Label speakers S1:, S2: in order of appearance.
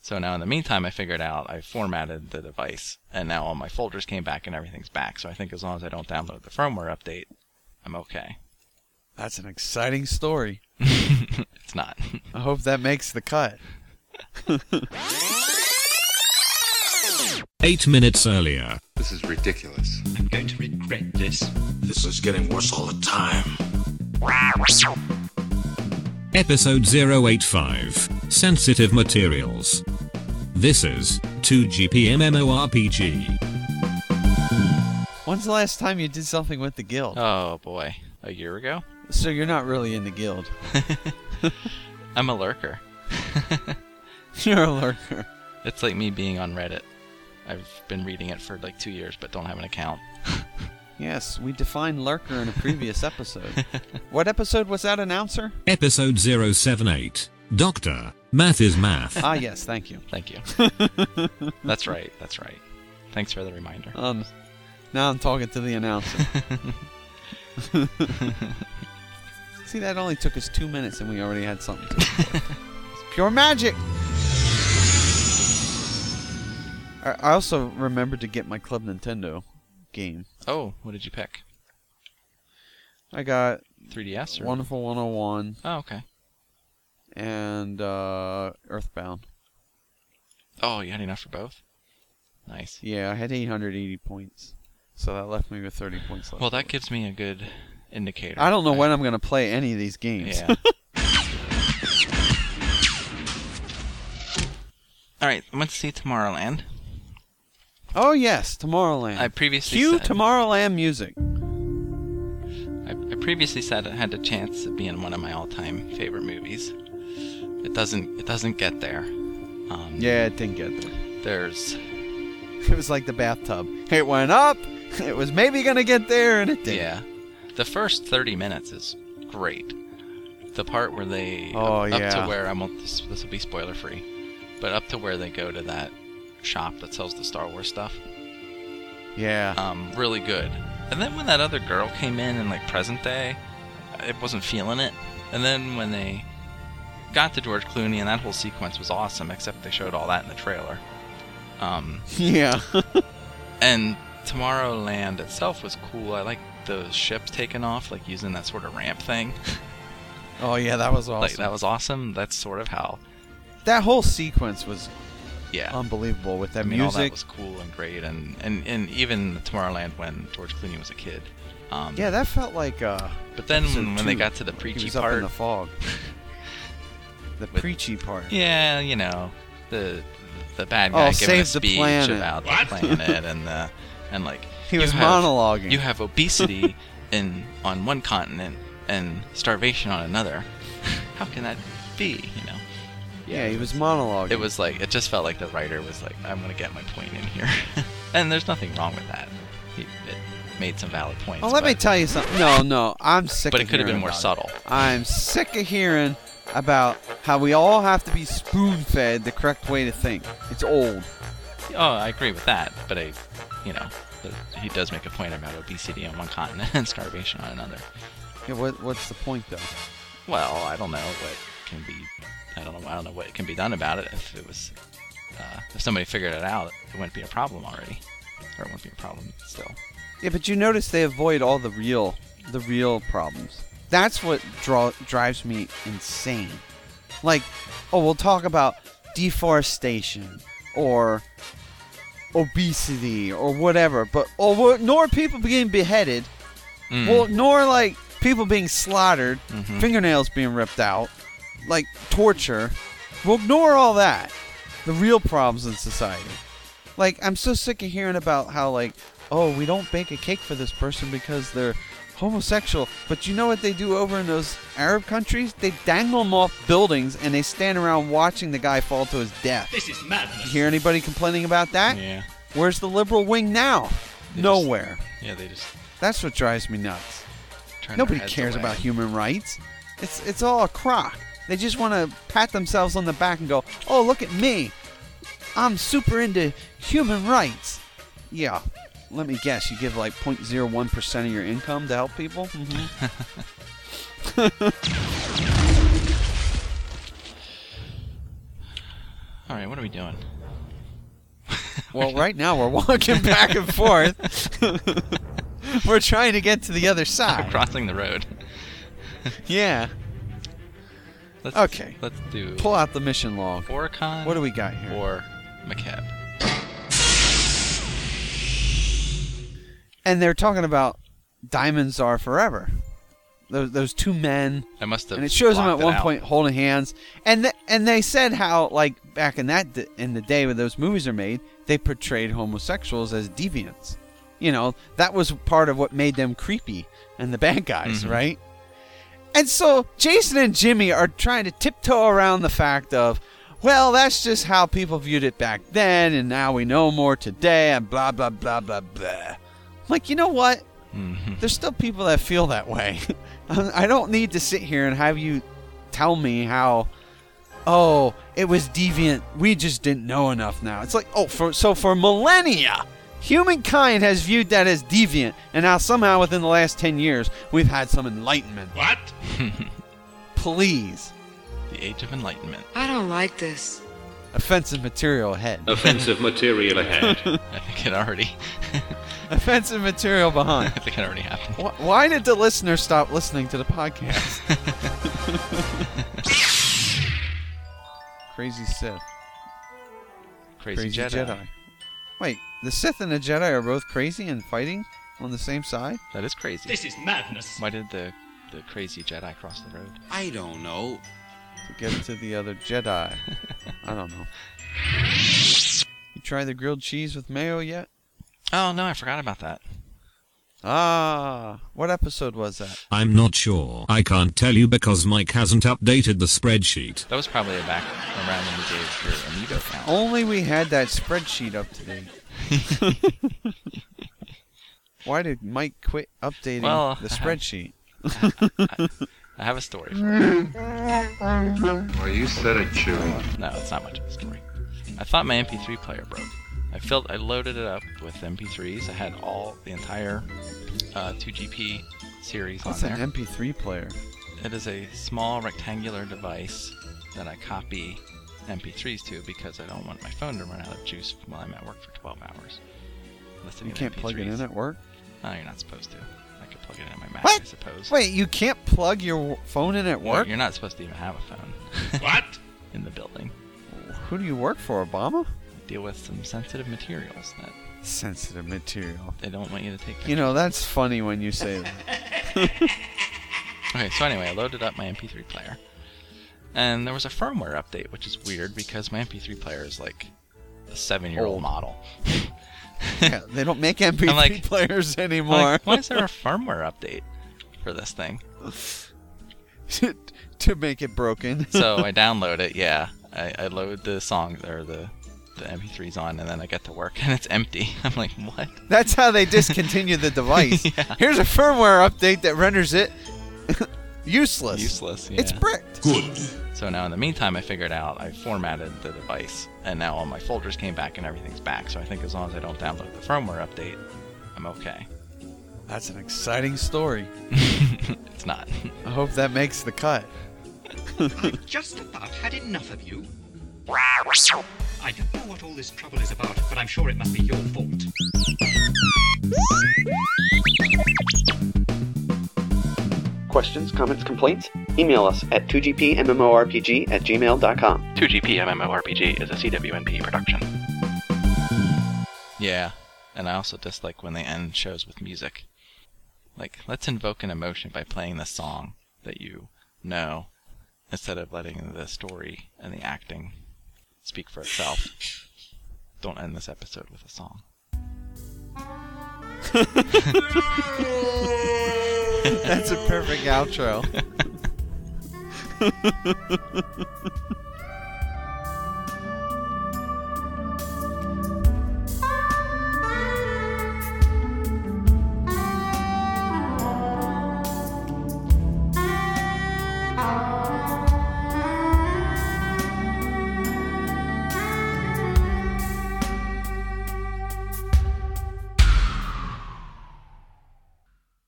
S1: So now in the meantime, I figured out I formatted the device, and now all my folders came back and everything's back. So I think as long as I don't download the firmware update, I'm okay.
S2: That's an exciting story.
S1: it's not.
S2: I hope that makes the cut.
S3: Eight minutes earlier.
S4: This is ridiculous.
S5: I'm going to regret this.
S6: This is getting worse all the time.
S3: Episode 085 Sensitive Materials. This is 2GPM MMORPG.
S2: When's the last time you did something with the guild?
S1: Oh boy, a year ago?
S2: So you're not really in the guild.
S1: I'm a lurker.
S2: you're a lurker.
S1: It's like me being on Reddit. I've been reading it for like two years but don't have an account.
S2: Yes, we defined lurker in a previous episode. what episode was that, announcer?
S3: Episode 078. Doctor, math is math.
S2: ah, yes, thank you.
S1: Thank you. that's right, that's right. Thanks for the reminder.
S2: Um, now I'm talking to the announcer. See, that only took us two minutes and we already had something to Pure magic! I-, I also remembered to get my Club Nintendo game.
S1: Oh, what did you pick?
S2: I got
S1: 3DS or
S2: Wonderful 101.
S1: Oh, okay.
S2: And uh, Earthbound.
S1: Oh, you had enough for both. Nice.
S2: Yeah, I had 880 points, so that left me with 30 points left.
S1: Well, that gives me a good indicator.
S2: I don't know I... when I'm gonna play any of these games.
S1: Yeah. All right, I went to see Tomorrowland.
S2: Oh yes, Tomorrowland.
S1: I previously
S2: cue
S1: said,
S2: Tomorrowland music.
S1: I, I, previously said it had a chance of being one of my all-time favorite movies. It doesn't. It doesn't get there. Um,
S2: yeah, it didn't get there.
S1: There's.
S2: It was like the bathtub. It went up. It was maybe gonna get there, and it didn't.
S1: Yeah. The first 30 minutes is great. The part where they
S2: oh,
S1: up,
S2: yeah.
S1: up to where I won't. This, this will be spoiler free, but up to where they go to that shop that sells the Star Wars stuff.
S2: Yeah.
S1: Um, really good. And then when that other girl came in in like present day, I wasn't feeling it. And then when they got to George Clooney and that whole sequence was awesome, except they showed all that in the trailer. Um,
S2: yeah.
S1: and Tomorrowland itself was cool. I like the ships taking off, like using that sort of ramp thing.
S2: oh yeah, that was awesome.
S1: Like, that was awesome. That's sort of how.
S2: That whole sequence was
S1: yeah
S2: unbelievable with that
S1: I mean,
S2: Um, music.
S1: All that was cool and great, and and and even Tomorrowland when George Clooney was a kid. Um,
S2: yeah, that felt like. Uh,
S1: but then when, when they got to the preachy
S2: he was
S1: part,
S2: up in the fog. the
S1: With-
S2: preachy part.
S1: yeah, you know the the bad guy
S2: Oh,
S1: giving
S2: save
S1: a
S2: the
S1: speech
S2: planet.
S1: about the planet and the and like
S2: He
S1: you
S2: was
S1: have-
S2: monologuing.
S1: You have obesity in on one continent and starvation on another. How can that be? You know.
S2: yeah, he was monologuing.
S1: it was like it just felt like the writer was like i'm gonna get my point in here and there's nothing wrong with that it, it made some valid points
S2: Oh, let
S1: but,
S2: me tell you something. No, no, I'm sick.
S1: but
S2: of
S1: it could have been
S2: hearing
S1: more
S2: about it.
S1: subtle
S2: I'm sick of hearing about how we all have to be spoon-fed the correct way to think. It's old.
S1: oh i agree with that but i you know but he does make a point about obesity on one continent and starvation on another
S2: Yeah, what, what's the point though?
S1: well i don't know what can be i don't know i don't know what can be done about it if it was uh, if somebody figured it out it wouldn't be a problem already or it wouldn't be a problem still
S2: Yeah, but you notice they avoid all the real, the real problems. That's what draw, drives me insane. Like, oh, we'll talk about deforestation or obesity or whatever, but oh, we'll ignore people being beheaded.
S1: Mm.
S2: We'll ignore like people being slaughtered,
S1: Mhm.
S2: fingernails being ripped out, like torture. We'll ignore all that. The real problems in society. Like I'm so sick of hearing about how like, oh, we don't bake a cake for this person because they're homosexual. But you know what they do over in those Arab countries? They dangle them off buildings and they stand around watching the guy fall to his death.
S5: This is madness.
S2: Hear anybody complaining about that?
S1: yeah
S2: Where's the liberal wing now?
S1: They just-
S2: Nowhere.
S1: yeah they just
S2: That's what drives me nuts.
S1: turn their
S2: Nobody
S1: heads
S2: cares
S1: away.
S2: about human rights. It's it's all a crock. They just want to pat themselves on the back and go, "Oh, look at me. I'm super into human rights." Yeah. Let me guess, you give like 0.01% of your income to help people? Mm-hmm.
S1: All right, what are we doing?
S2: Well, right now we're walking back and forth. we're trying to get to the other
S1: We're
S2: side.
S1: crossing the road.
S2: Yeah.
S1: Let's,
S2: Okay.
S1: Let's do
S2: Pull out the mission log.
S1: Oricon.
S2: What do we got here?
S1: Or McCab.
S2: And they're talking about diamonds are forever. Those, those two men,
S1: I must have.
S2: and it shows them at
S1: blocked it
S2: one
S1: out.
S2: point holding hands. And th- and they said how like back in that d- in the day when those movies are made, they portrayed homosexuals as deviants. You know that was part of what made them creepy and the bad guys,
S1: Mhm.
S2: right? And so Jason and Jimmy are trying to tiptoe around the fact of, well, that's just how people viewed it back then, and now we know more today, and blah blah blah blah blah. Like you know what?
S1: Mhm.
S2: there's still people that feel that way. I don't need to sit here and have you tell me how, oh, it was deviant. We just didn't know enough now. It's like, oh, for, so for millennia, humankind has viewed that as deviant, and now somehow within the last 10 years, we've had some enlightenment.
S5: What?
S2: Please.
S1: The Age of Enlightenment.
S4: I don't like this.
S2: Offensive material ahead.
S7: Offensive material ahead.
S1: I think it already.
S2: Offensive material behind.
S1: I think it already happened.
S2: Wh- Why did the listener stop listening to the podcast? Crazy Sith.
S1: Crazy, Jedi.
S2: Wait, the Sith and the Jedi are both crazy and fighting on the same side?
S1: That is crazy.
S5: This is madness.
S1: Why did the the crazy Jedi cross the road?
S6: I don't know.
S2: To get to the other Jedi. I don't know. You tried the grilled cheese with mayo yet?
S1: Oh no, I forgot about that.
S2: Ah, what episode was that?
S3: I'm not sure. I can't tell you because Mike hasn't updated the spreadsheet.
S1: That was probably a back around when we gave your amiibo count.
S2: Only we had that spreadsheet up to date. Why did Mike quit updating
S1: Well,
S2: the spreadsheet?
S1: I have a story for you. Well, you said it, Chewy. No, it's not much of a story. I thought my MP3 player broke. I filled, I loaded it up with MP3s. I had all the entire uh, 2GP series
S2: That's
S1: on
S2: an
S1: there.
S2: MP3 player.
S1: It is a small rectangular device that I copy MP3s to because I don't want my phone to run out of juice while I'm at work for 12 hours. Listening
S2: You
S1: to
S2: can't plug it
S1: MP3s.
S2: in at work?
S1: No, you're not supposed to. I could plug it in my Mac,
S2: What?
S1: I suppose.
S2: Wait, you can't plug your w- phone in at
S1: No,
S2: work?
S1: You're not supposed to even have a phone
S5: What?
S1: in the building.
S2: Who do you work for, Obama?
S1: Deal with some sensitive materials that
S2: Sensitive material.
S1: they don't want you to take.
S2: You know, that's funny when you say that.
S1: Okay, so anyway, I loaded up my MP3 player, and there was a firmware update, which is weird because my MP3 player is like a seven-year-old
S2: Old.
S1: model.
S2: Yeah, they don't make MP3
S1: I'm like-
S2: players
S1: I'm
S2: anymore.
S1: like, why is there a firmware update for this thing?
S2: to, to make it broken.
S1: So I download it. Yeah, I, I load the song or the the MP3s on, and then I get to work, and it's empty. I'm like, what?
S2: That's how they discontinue the device. Here's a firmware update that renders it useless.
S1: Useless. Yeah.
S2: It's bricked.
S6: Good.
S1: So now in the meantime, I figured out I formatted the device, and now all my folders came back and everything's back. So I think as long as I don't download the firmware update, I'm okay.
S2: That's an exciting story.
S1: It's not.
S2: I hope that makes the cut.
S5: Just about had enough of you. I don't know what all this trouble is about, but I'm sure it must be your fault.
S8: Questions, comments, complaints? Email us at 2gpmmorpg at gmail.com.
S1: 2GP MMORPG is a CWNP production. Yeah, and I also dislike when they end shows with music. Like, let's invoke an emotion by playing the song that you know, instead of letting the story and the acting speak for itself. Don't end this episode with a song.
S2: That's a perfect outro.